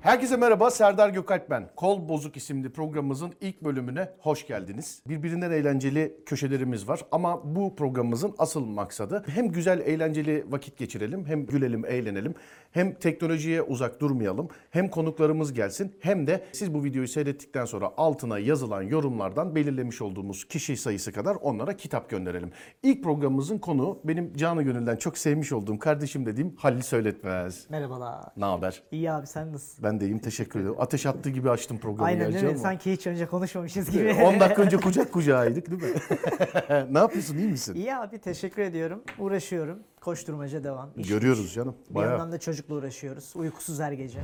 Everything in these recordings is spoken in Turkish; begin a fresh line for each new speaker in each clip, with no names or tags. Herkese merhaba, Serdar Gökalp ben. Kol Bozuk isimli programımızın ilk bölümüne hoş geldiniz. Birbirinden eğlenceli köşelerimiz var ama bu programımızın asıl maksadı hem güzel eğlenceli vakit geçirelim, hem gülelim, eğlenelim, hem teknolojiye uzak durmayalım, hem konuklarımız gelsin, hem de siz bu videoyu seyrettikten sonra altına yazılan yorumlardan belirlemiş olduğumuz kişi sayısı kadar onlara kitap gönderelim. İlk programımızın konuğu benim canı gönülden çok sevmiş olduğum kardeşim dediğim Halil Söyletmez.
Merhabalar.
Ne haber?
İyi abi sen nasılsın?
Ben de iyiyim teşekkür ederim. Ateş attığı gibi açtım programı
Aynen
gerçi
öyle.
ama.
Sanki hiç önce konuşmamışız gibi.
10 dakika önce kucak kucağıydık değil mi? ne yapıyorsun iyi misin?
İyi abi teşekkür ediyorum. Uğraşıyorum. Koşturmaca devam. İş-
Görüyoruz canım.
bir
Bayağı.
yandan da çocukla uğraşıyoruz. Uykusuz her gece.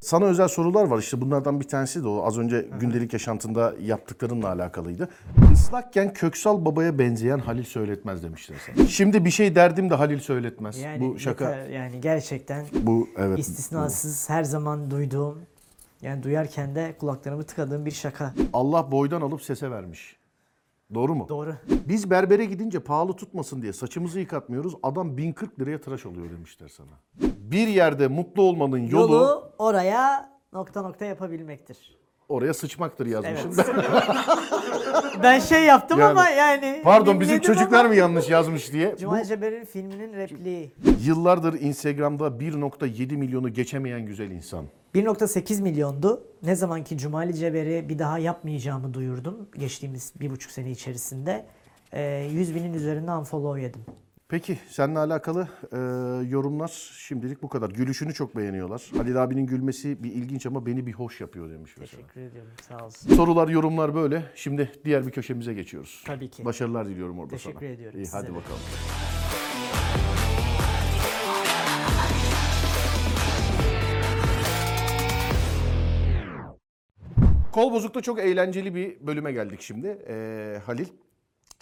Sana özel sorular var işte bunlardan bir tanesi de o. Az önce gündelik yaşantında yaptıklarınla alakalıydı. Islakken Köksal Baba'ya benzeyen Halil Söyletmez demiştin sen. Şimdi bir şey derdim de Halil Söyletmez.
Yani
bu şaka.
yeter. Yani gerçekten
Bu evet.
istisnasız her zaman duyduğum yani duyarken de kulaklarımı tıkadığım bir şaka.
Allah boydan alıp sese vermiş. Doğru mu?
Doğru.
Biz berbere gidince pahalı tutmasın diye saçımızı yıkatmıyoruz. Adam 1040 liraya tıraş oluyor demişler sana. Bir yerde mutlu olmanın yolu,
Yolu, oraya nokta nokta yapabilmektir.
oraya sıçmaktır yazmışım.
Evet. ben şey yaptım
Yani-
ama yani
Pardon bizim
dinledim
çocuklar
ama-
mı yanlış yazmış diye. Bu
Cemal Ceber'in filminin repliği.
yıllardır Instagram'da 1.7 milyonu geçemeyen güzel insan.
1.8 milyondu. Ne zamanki Cumali Ceber'i bir daha yapmayacağımı duyurdum geçtiğimiz bir buçuk sene içerisinde. Ee, 100 binin üzerinde unfollow yedim.
Peki seninle alakalı e, yorumlar şimdilik bu kadar. Gülüşünü çok beğeniyorlar. Halil abinin gülmesi bir ilginç ama beni bir hoş yapıyor demiş mesela.
Teşekkür ediyorum sağ olsun.
Sorular, yorumlar böyle. Şimdi diğer bir köşemize geçiyoruz.
Tabii ki.
Başarılar diliyorum orada sana.
Teşekkür ediyorum
İyi
size
hadi
de.
bakalım. Kol Bozuk'ta çok eğlenceli bir bölüme geldik şimdi Ee, Halil.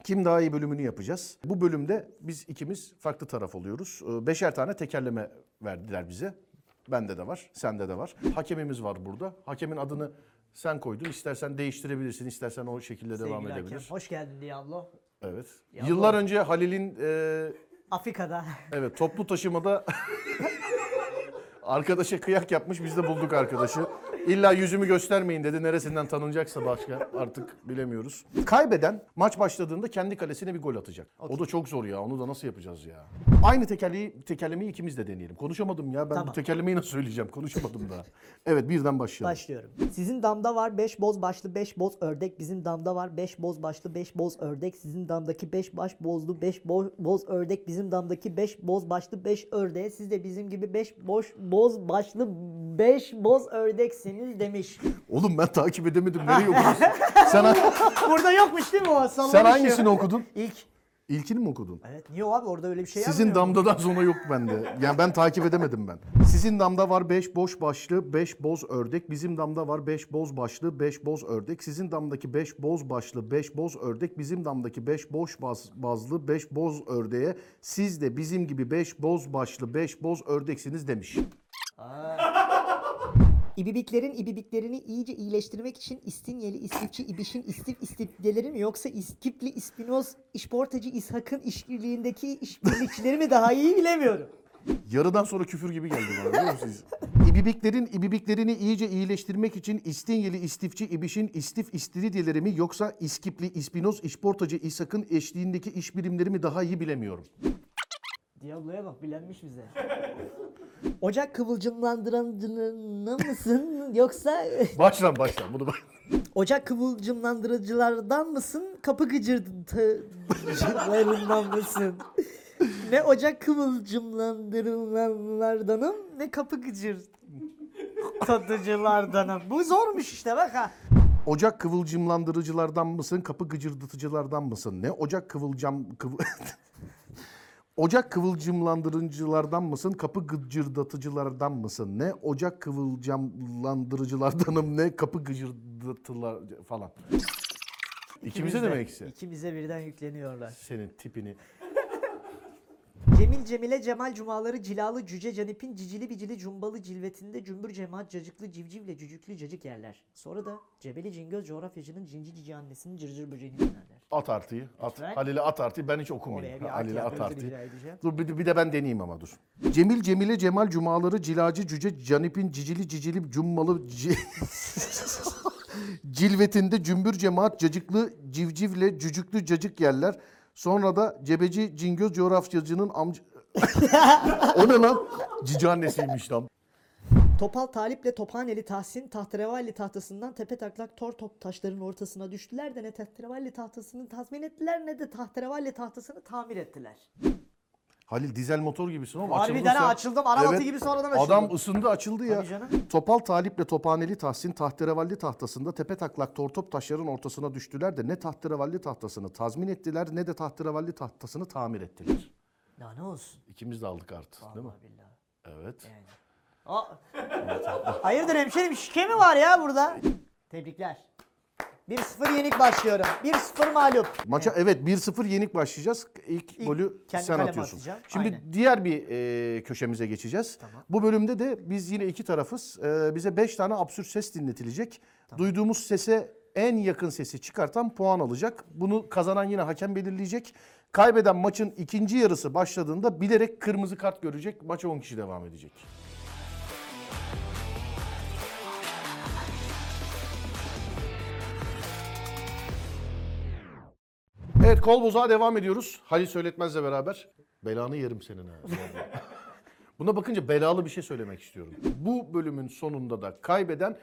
Kim daha iyi bölümünü yapacağız. Bu bölümde biz ikimiz farklı taraf oluyoruz. Ee, Beşer tane tekerleme verdiler bize. Bende de var, sende de var. Hakemimiz var burada. Hakemin adını sen koydun. İstersen değiştirebilirsin, istersen o şekilde devam
Sevgili
edebilir.
hakem, Hoş geldin Diablo.
Evet.
Ya
Yıllar önce Halil'in e,
Afrika'da.
evet toplu taşımada arkadaşa kıyak yapmış. Biz de bulduk arkadaşı. İlla yüzümü göstermeyin dedi. Neresinden tanınacaksa başka artık bilemiyoruz. Kaybeden maç başladığında kendi kalesine bir gol atacak. O da çok zor ya. Onu da nasıl yapacağız ya? Aynı tekerleği, tekerlemeyi ikimiz de deneyelim. Konuşamadım ya. Ben bu
Tamam.
tekerlemeyi nasıl söyleyeceğim? Konuşamadım daha. Evet birden başlayalım.
Başlıyorum. Sizin damda var 5 boz başlı 5 boz ördek. Bizim damda var 5 boz başlı 5 boz ördek. Sizin damdaki 5 baş bozlu 5 boz ördek. Bizim damdaki 5 boz başlı 5 ördeğe. Siz de bizim gibi 5 boş boz başlı 5 boz ördeksiniz demiş.
Oğlum ben takip edemedim. Nereye okuyorsun? sen,
Burada yokmuş değil mi o? Sallamış
sen
ya.
hangisini okudun?
İlk.
İlkini mi okudun?
Evet niye o abi orada öyle bir şey
Sizin
yazmıyor mu?
damdadan sonra yok bende. Yani ben takip edemedim ben. Sizin damda var 5 boş başlı, 5 boz ördek. Bizim damda var 5 boz başlı, 5 boz ördek. Sizin damdaki 5 boz başlı, 5 boz ördek. Bizim damdaki 5 boş baz- bazlı, 5 boz ördeğe siz de bizim gibi 5 boz başlı, 5 boz ördeksiniz demiş.
İbibiklerin ibibiklerini iyice iyileştirmek için İstinyeli, İstifçi, İbiş'in istif istifçileri mi yoksa İskipli, İspinoz, İşportacı, İshak'ın işbirliğindeki işbirlikçileri mi daha iyi bilemiyorum.
Yarıdan sonra küfür gibi geldi bana biliyor musunuz? İbibiklerin ibibiklerini iyice iyileştirmek için İstinyeli istifçi ibişin istif istiridyeleri mi yoksa iskipli ispinoz işportacı İshak'ın eşliğindeki iş birimleri mi daha iyi bilemiyorum.
Diablo'ya bak bilenmiş bize. Ocak kıvılcımlandıranına mısın yoksa
Başla başla bunu bak.
Ocak kıvılcımlandırıcılardan mısın? Kapı gıcırtıcılarından mısın? ne ocak kıvılcımlandırılanlardanım ne kapı gıcır tadıcılardanım. Bu zormuş işte bak ha.
Ocak kıvılcımlandırıcılardan mısın? Kapı gıcırdatıcılardan mısın? Ne? Ocak kıvılcam... Kıv... Ocak kıvılcımlandırıcılardan mısın? Kapı gıcırdatıcılardan mısın? Ne? Ocak kıvılcımlandırıcılardanım ne? Kapı gıcırdatılar falan. İkimize de mi eksi?
İkimize birden yükleniyorlar.
Senin tipini.
Cemil Cemile Cemal Cumaları Cilalı Cüce Canip'in Cicili Bicili Cumbalı Cilvetinde Cümbür Cemaat Cacıklı Civcivle Cücüklü Cacık yerler. Sonra da Cebeli Cingöz coğrafyacının Cinci Cici annesinin Cırcır böceğini dinlerler.
At artıyı. At.
Lütfen.
Halil'e at artıyı. Ben hiç
Oraya
okumuyorum.
bir at
Halil'e at
yapmanızı
artıyı.
rica edeceğim.
Dur bir, de- bir de ben deneyeyim ama dur. Cemil Cemile Cemal Cumaları Cilacı Cüce Canip'in Cicili Cicili Cummalı ci- Cilvetinde cümbür cemaat cacıklı civcivle cücüklü cacık yerler. Sonra da cebeci cingöz coğrafyacının amca... o ne lan? Cici annesiymiş lan.
Topal Talip'le Tophaneli Tahsin Tahterevalli tahtasından tepe taklak tor top taşların ortasına düştüler de ne Tahterevalli tahtasını tazmin ettiler ne de Tahterevalli tahtasını tamir ettiler.
Halil dizel motor gibisin oğlum.
Harbiden
Açıldın
ha,
sen.
açıldım. Arabatı gibi sonradan açıldım.
Adam ısındı açıldı ya.
Tabii canım.
Topal Talip'le Tophaneli Tahsin tahterevalli tahtasında tepe taklak tortop taşların ortasına düştüler de ne tahterevalli tahtasını tazmin ettiler ne de tahterevalli tahtasını tamir ettiler.
Ya ne olsun?
İkimiz de aldık artık değil mi?
Vallahi billahi.
Evet.
Yani. Aa. Hayırdır hemşerim şike mi var ya burada? Tebrikler. 1-0 yenik başlıyorum. 1-0 mağlup.
Maça evet 1-0 yenik başlayacağız. İlk,
İlk
golü
kendi
sen
kaleme
atıyorsun.
atacağım.
Şimdi
Aynen.
diğer bir e, köşemize geçeceğiz. Bu bölümde de biz yine iki tarafız. E, bize 5 tane absürt ses dinletilecek. Duyduğumuz sese en yakın sesi çıkartan puan alacak. Bunu kazanan yine hakem belirleyecek. Kaybeden maçın ikinci yarısı başladığında bilerek kırmızı kart görecek. Maça 10 kişi devam edecek. Evet kol bozağa devam ediyoruz. Halil Söyletmez'le beraber. Belanı yerim senin ha. vallahi. Buna bakınca belalı bir şey söylemek istiyorum. Bu bölümün sonunda da kaybeden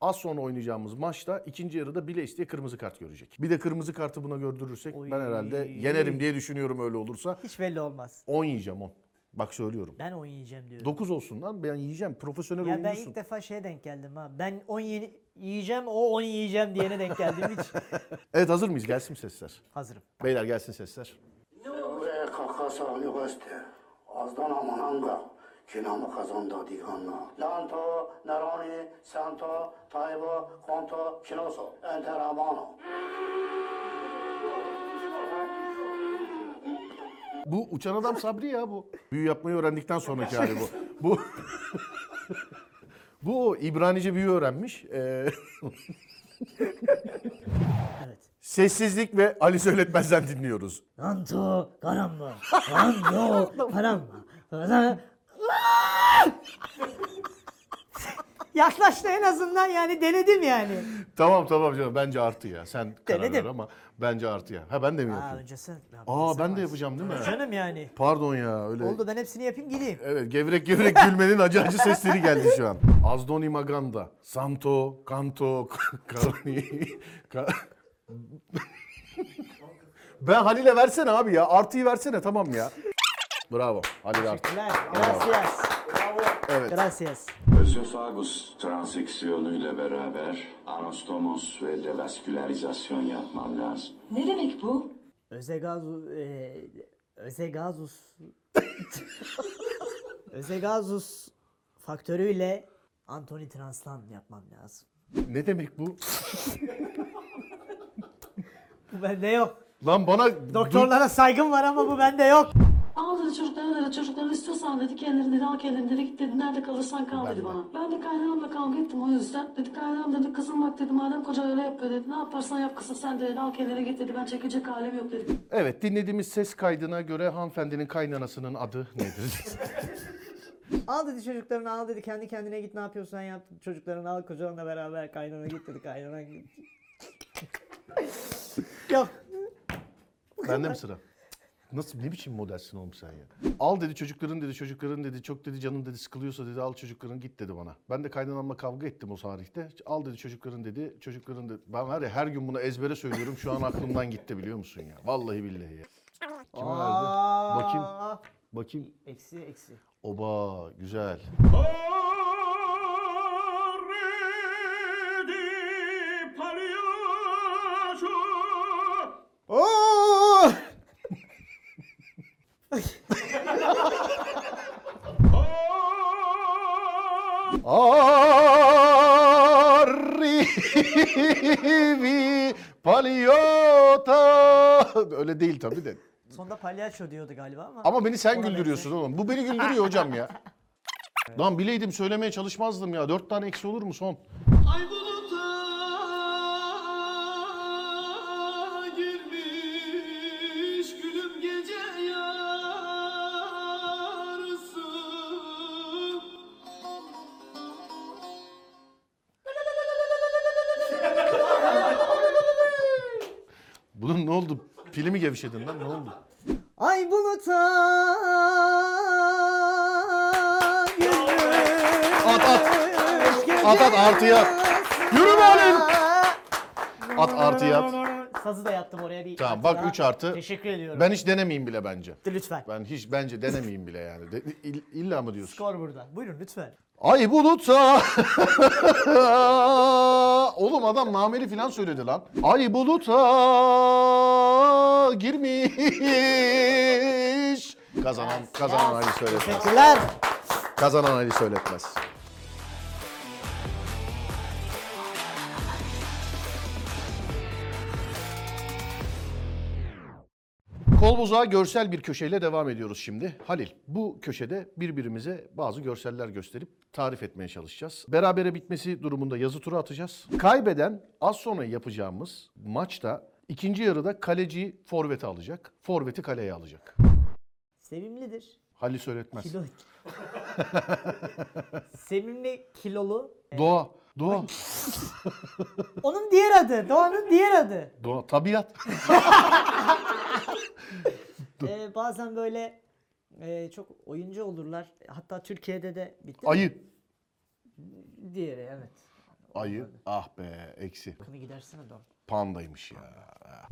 az sonra oynayacağımız maçta ikinci yarıda bile isteye kırmızı kart görecek. Bir de kırmızı kartı buna gördürürsek ben herhalde yenerim diye düşünüyorum öyle olursa.
Hiç belli olmaz.
10 yiyeceğim 10. Bak söylüyorum.
Ben oyun yiyeceğim diyorum.
9 olsun lan ben yiyeceğim. Profesyonel
Ya ben
oyuncusun.
ilk defa şeye denk geldim ha. Ben 10 yeni yiyeceğim, o 10 yiyeceğim diyene denk geldim hiç.
Evet hazır mıyız? Gelsin sesler.
Hazırım.
Beyler gelsin sesler.
Oraya kaka sağlık öste. Azdan aman hanga. Kinamı kazandı diganla. Lanto, Naroni, Santo, Taybo, Konto, Kinoso. Enteramano.
Bu uçan adam Sabri ya bu. Büyü yapmayı öğrendikten sonraki hali bu. Bu Bu o İbranice büyü öğrenmiş. Ee,
Evet.
sessizlik ve Ali Söyletmez'den dinliyoruz.
Nanto, karamba, nanto, karamba. Yaklaştı en azından yani denedim yani.
Tamam tamam canım bence artı ya. Sen karar ver
Denedim.
ama bence artı ya. Ha ben de mi
Aa,
yapayım?
önce sen yap,
Aa
sen
ben de
varsın.
yapacağım değil mi?
Canım yani.
Pardon ya öyle.
Oldu ben hepsini yapayım gideyim.
Evet gevrek gevrek gülmenin acı acı sesleri geldi şu an. Azdoni Maganda, Santo, Kanto, Karani. Ka- ben Halil'e versene abi ya. Artıyı versene tamam ya. Bravo. Halil Artı.
Gracias.
Evet.
Gracias.
Özofagus transeksiyonuyla beraber anastomos ve devaskülerizasyon yapmam lazım.
Ne demek bu?
Özegazu e, Özegazus Özegazus faktörüyle Anthony Translan yapmam lazım.
Ne demek bu?
Bu bende yok.
Lan bana...
Doktorlara saygım var ama bu bende yok.
Al dedi çocuklara dedi çocuklara istiyorsan dedi kendini dedi al kendini dedi git dedi nerede kalırsan kal dedi bana. Ben de kaynağımla kavga ettim o yüzden. Dedi kaynağım dedi kızım bak dedi madem koca öyle yapıyor dedi ne yaparsan yap kızım sen dedi al kendine git dedi ben çekecek halim yok dedi.
Evet dinlediğimiz ses kaydına göre hanımefendinin kaynanasının adı nedir?
Al dedi çocuklarını al dedi kendi kendine git ne yapıyorsan yap. Çocuklarını al kocanla beraber kaynana git dedi kaynana git. yok.
Bende mi sıra? Nasıl ne biçim modelsin oğlum sen ya? Al dedi çocukların dedi çocukların dedi çok dedi canın dedi sıkılıyorsa dedi al çocukların git dedi bana. Ben de kaynanamla kavga ettim o tarihte. Al dedi çocukların dedi çocukların dedi. Ben var ya her gün bunu ezbere söylüyorum şu an aklımdan gitti biliyor musun ya? Vallahi billahi ya. Kime verdi?
Aa,
Bakayım. Bakayım.
Eksi eksi.
Oba güzel. Oh!
Oo!
Arrivi Paliota. Öyle değil tabii de.
Sonunda palyaço diyordu galiba ama.
Ama beni sen
Ona
güldürüyorsun oğlum. Bu beni güldürüyor hocam ya. Lan bileydim söylemeye çalışmazdım ya. Dört tane eksi olur mu son?
Ay buluta girmiş gülüm gece yarısı
Bunun ne oldu? Pili mi gevşedin lan ne oldu?
Ay buluta gülmüş
At at. At at artıya at. Yürü be Halil. At artıya at.
Sazı da yaptım oraya bir.
Tamam
artı
bak
daha.
3 artı.
Teşekkür ediyorum.
Ben hiç denemeyeyim bile bence.
Lütfen.
Ben hiç bence denemeyeyim bile yani. De, il- illa mı diyorsun?
Skor burada. Buyurun lütfen.
Ay bulutsa. Oğlum adam nameli falan söyledi lan. Ay buluta girmiş. Kazanan kazanan Ali söyletmez.
Teşekkürler.
Kazanan Ali söyletmez. Kol buzağı görsel bir köşeyle devam ediyoruz şimdi. Halil, bu köşede birbirimize bazı görseller gösterip tarif etmeye çalışacağız. Berabere bitmesi durumunda yazı tura atacağız. Kaybeden az sonra yapacağımız maçta ikinci yarıda kaleci forveti alacak. Forveti kaleye alacak.
Sevimlidir.
Halil söyletmez.
Kilo. Sevimli kilolu.
Doğa, doğa,
Onun diğer adı. Doğan'ın diğer adı.
doğa, tabiat.
Ee, bazen böyle e, çok oyuncu olurlar. Hatta Türkiye'de de bitti.
Ayı.
Diğeri evet.
Ayı. Ah be eksi.
Hakkını gidersin adam.
Pandaymış ya. Ah.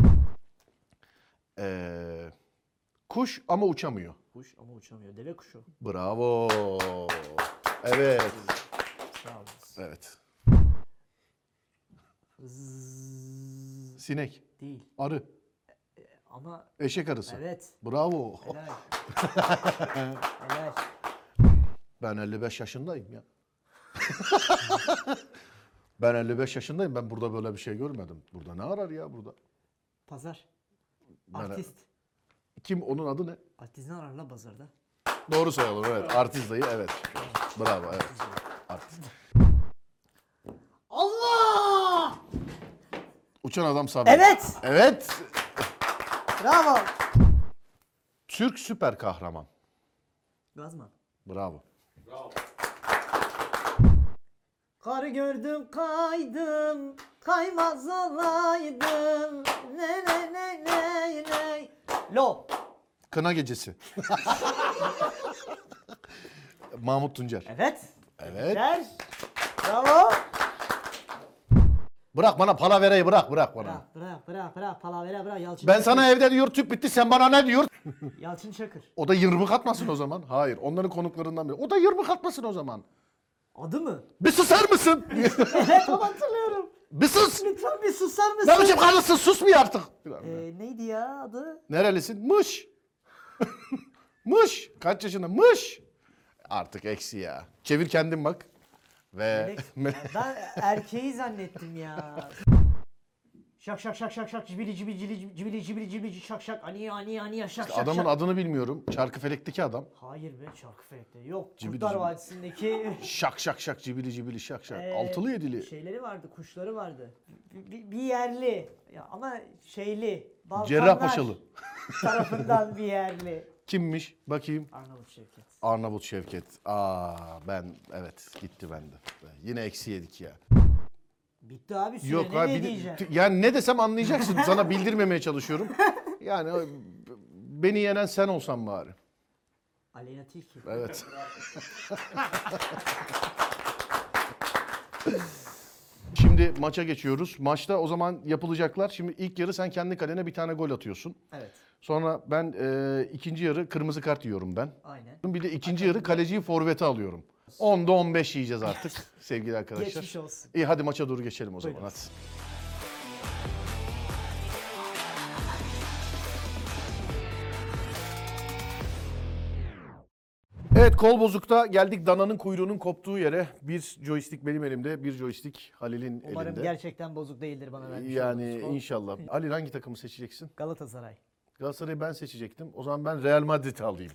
Ee, kuş ama uçamıyor.
Kuş ama uçamıyor. Deve kuşu.
Bravo. Evet.
Sağ olun.
Evet. Sinek,
Değil.
arı,
Ama
eşek arısı.
evet.
Bravo.
Helal. Helal.
Ben 55 yaşındayım ya. ben 55 yaşındayım. Ben burada böyle bir şey görmedim. Burada ne arar ya burada?
Pazar.
Ben-
Artist.
Kim onun adı ne?
Artist ne arar lan pazarda?
Doğru sayalım evet. Artist dayı evet. Bravo evet. Artist.
Allah!
Uçan adam Sabri.
Evet!
Evet.
Bravo!
Türk süper kahraman.
Gazman.
Bravo.
Karı gördüm kaydım, kaymaz olaydım. Ne ne ne ne ne. Lo.
Kına gecesi. Mahmut Tuncer.
Evet.
Evet.
Der. Bravo.
Bırak bana palaverayı bırak bırak bana.
Bırak bırak bırak bırak palavera bırak Yalçın.
Ben sana evde diyor tüp bitti sen bana ne diyor?
Yalçın Çakır.
O da yırmık atmasın o zaman. Hayır onların konuklarından biri. O da yırmık atmasın o zaman.
Adı mı?
Bir susar mısın?
evet ama hatırlıyorum.
bir sus.
Lütfen bir susar mısın?
Ne biçim karısın sus mu artık?
Ee, neydi ya adı?
Nerelisin? Mış. Mış. Kaç yaşında? Mış. Artık eksi ya. Çevir kendin bak. Ve
Melek. ben erkeği zannettim ya. Şak şak şak şak şak cibili cibili cibili cibili cibili cibili şak şak ani ani ani şak şak
adamın
şak.
adını bilmiyorum. Çarkıfelek'teki adam.
Hayır be şarkı frekte. Yok
Cibili
Kurtlar
cibili.
Vadisi'ndeki
Şak şak şak cibili cibili şak şak.
eee,
Altılı yedili.
Şeyleri vardı kuşları vardı. Bir, bir- bir yerli ya ama şeyli. Balkanlar
Cerrahpaşalı.
tarafından bir yerli.
Kimmiş? Bakayım.
Arnavut Şevket.
Arnavut Şevket. Aa ben evet gitti bende. Yine eksi yedik ya.
Bitti abi süre
Yok
ne
abi
diye
bir de-
diyeceksin?
t- yani ne desem anlayacaksın. Sana bildirmemeye çalışıyorum. Yani o- beni yenen sen olsan bari.
Aleyna Tilki.
Evet. Şimdi maça geçiyoruz. Maçta o zaman yapılacaklar. Şimdi ilk yarı sen kendi kalene bir tane gol atıyorsun.
Evet
Sonra ben e, ikinci yarı kırmızı kart yiyorum ben.
aynen.
Bir de ikinci yarı kaleciyi forvete alıyorum. 10'da 15 yiyeceğiz artık sevgili arkadaşlar.
Geçmiş olsun.
İyi hadi maça doğru geçelim o zaman
Buyurun.
hadi. Evet kol bozukta geldik dananın kuyruğunun koptuğu yere. Bir joystick benim elimde, bir joystick Halil'in
Umarım
elinde.
şey gerçekten bozuk değildir bana vermiş
Yani
olduğunuz kol.
inşallah. Halil hangi takımı seçeceksin?
Galatasaray.
Galatasaray'ı ben seçecektim. O zaman ben Real Madrid'i alayım.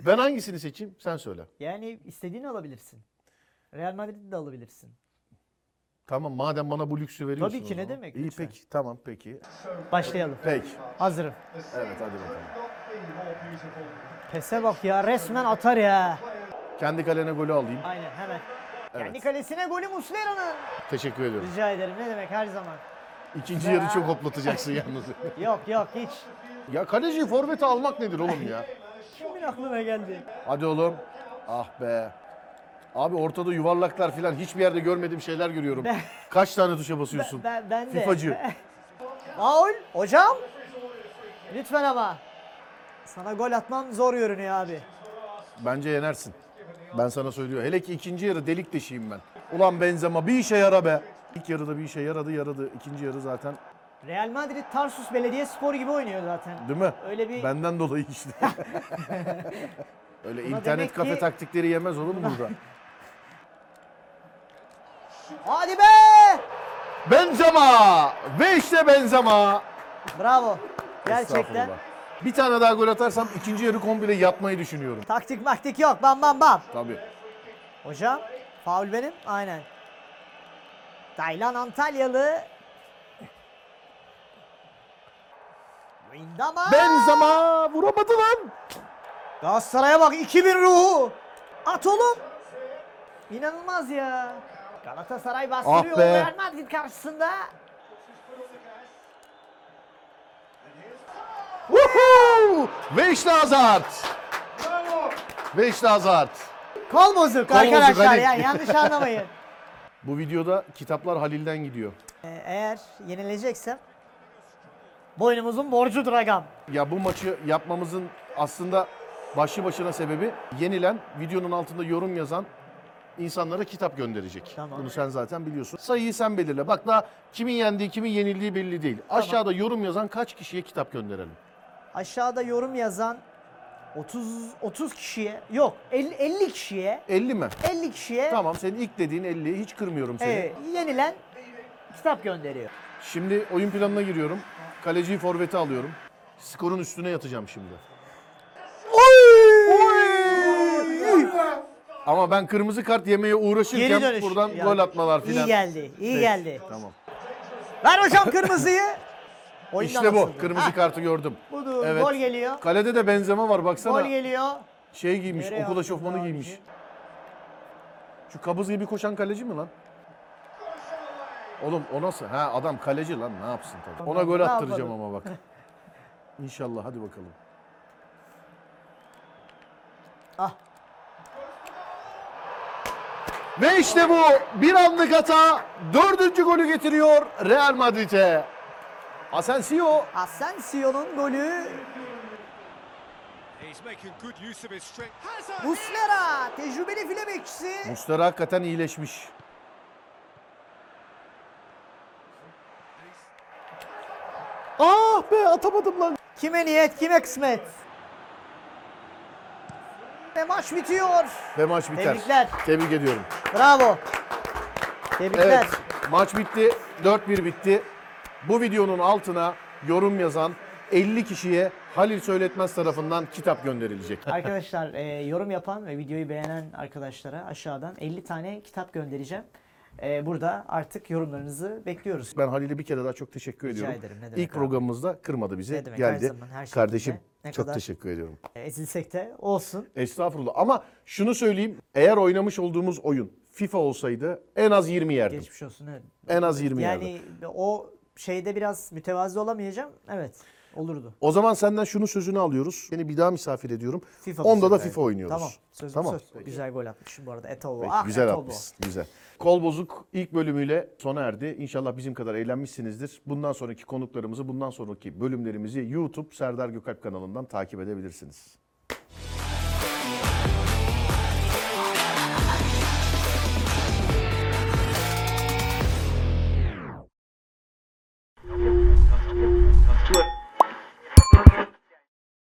ben hangisini seçeyim? Sen söyle.
Yani istediğini alabilirsin. Real Madrid'i de alabilirsin.
Tamam madem bana bu lüksü veriyorsun.
Tabii ki,
o
ne
zaman.
demek,
İyi
lütfen.
peki tamam peki.
Başlayalım.
Peki.
Hazırım.
Evet hadi bakalım.
Pese bak ya resmen atar ya.
Kendi kalene golü alayım.
Aynen hemen. Kendi
Evet.
kalesine golü Muslera'nın.
Teşekkür ediyorum.
Rica ederim ne demek her zaman.
İkinci yarı çok hoplatacaksın yalnız.
Yok yok hiç.
ya kaleci forveti almak nedir oğlum ya?
Kimin aklına geldi?
Hadi oğlum. Ah be. Abi ortada yuvarlaklar filan hiçbir yerde görmediğim şeyler görüyorum.
Ben-
Kaç tane tuşa
Ben,
basıyorsun?
ben, ben de.
FIFA'cı.
Maul hocam. Lütfen ama. Sana gol atmam zor görünüyor abi.
Bence yenersin. Ben sana söylüyorum. Hele ki ikinci yarı delik deşiyim ben. Ulan Benzema bir işe yara be. İlk yarıda bir işe yaradı yaradı. İkinci yarı zaten
Real Madrid Tarsus Belediyespor gibi oynuyor zaten.
değil mi?
Öyle bir-
Benden dolayı işte. Öyle
Buna
internet
demek
kafe
ki-
taktikleri yemez oğlum burada.
Hadi be!
Benzema! Ve işte Benzema!
Bravo. Gerçekten.
Estağfurullah. Bir tane daha gol atarsam ikinci yarı komple yapmayı düşünüyorum.
Taktik maktik yok. Bam bam bam.
Tabii.
Hocam faul benim. Aynen. Taylan Antalyalı. Windama.
Benzema vuramadı lan.
Galatasaray'a bak 2000 ruhu. At oğlum. İnanılmaz ya. Galatasaray bastırıyor
Ah be.
Real Madrid karşısında.
Woohoo! Ve işte Hazard. Ve işte Hazard.
Kol bozuk
Kol bozuk,
arkadaşlar
hadi.
yani yanlış anlamayın.
Bu videoda kitaplar Halil'den gidiyor.
Ee, eğer yenileceksem boynumuzun borcudur agam.
Ya bu maçı yapmamızın aslında başlı başına sebebi yenilen videonun altında yorum yazan insanlara kitap gönderecek.
Tamam.
Bunu sen zaten biliyorsun. Sayıyı sen belirle. Bak daha kimin yendiği, kimin yenildiği belli değil. Aşağıda yorum yazan kaç kişiye kitap gönderelim?
Aşağıda yorum yazan 30 30 kişiye yok 50, 50 kişiye
50 mi?
50 kişiye
Tamam senin ilk dediğin 50'yi hiç kırmıyorum seni.
e, yenilen kitap gönderiyor.
Şimdi oyun planına giriyorum. Kaleciyi forvete alıyorum. Skorun üstüne yatacağım şimdi. Oy! Ama ben kırmızı kart yemeye
Geri
uğraşırken
dönüş.
buradan
Yani
gol atmalar filan.
İyi geldi. iyi
Peki,
geldi.
Tamam.
Ver hocam kırmızıyı. Oyundan
İşte bu.
atıldı.
Kırmızı
Hah,
kartı gördüm.
budur.
Evet.
Gol geliyor.
Kalede de benzeme var baksana.
Gol geliyor.
şey giymiş,
Nereye
okul
atıldı
eşofmanı
abi?
giymiş. Şu kabız gibi koşan kaleci mi lan? Oğlum o nasıl? Ha adam kaleci lan ne yapsın tabii. Ona
Adam
gol
ne
attıracağım
yapalım?
ama bak. İnşallah hadi bakalım.
Ah.
Ve işte bu bir anlık hata dördüncü golü getiriyor Real Madrid'e. Asensio
Asensio'nun golü.
He's making good use of his strength. Hazard!
Muslera tecrübeli file bekçisi.
Muslera hakikaten iyileşmiş. Ah be atamadım lan.
Kime niyet kime kısmet. Ve maç bitiyor.
Ve maç biter.
Tebrikler.
Tebrik ediyorum.
Bravo. Tebrikler.
Evet maç bitti. 4-1 bitti. Bu videonun altına yorum yazan 50 kişiye Halil Söyletmez tarafından kitap gönderilecek.
Arkadaşlar e, yorum yapan ve videoyu beğenen arkadaşlara aşağıdan 50 tane kitap göndereceğim. E, burada artık yorumlarınızı bekliyoruz.
Ben Halil'e bir kere daha çok teşekkür ediyorum.
ederim, ne demek
İlk
abi.
programımızda kırmadı bizi.
Ne demek, her
Geldi.
zaman, her
Kardeşim
şekilde. Ne
çok
kadar-
teşekkür ediyorum.
E, Ezilsek de olsun.
Estağfurullah. Ama şunu söyleyeyim. Eğer oynamış olduğumuz oyun FIFA olsaydı en az 20 yerdim.
Geçmiş olsun. Evet.
En az 20 yerdim.
Yani o şeyde biraz mütevazı olamayacağım. Evet. Olurdu.
O zaman senden şunu sözünü alıyoruz. Seni bir daha misafir ediyorum.
FIFA bu
Onda da
sefer.
FIFA oynuyoruz.
Tamam. Söz söz. Güzel gol atmışım bu arada. Etobo.
Peki,
ah,
güzel
Etobo.
atmışsın. Güzel. e, Kol bozuk ilk bölümüyle sona erdi. İnşallah bizim kadar eğlenmişsinizdir. Bundan sonraki konuklarımızı, bundan sonraki bölümlerimizi YouTube Serdar Gökalp kanalından takip edebilirsiniz.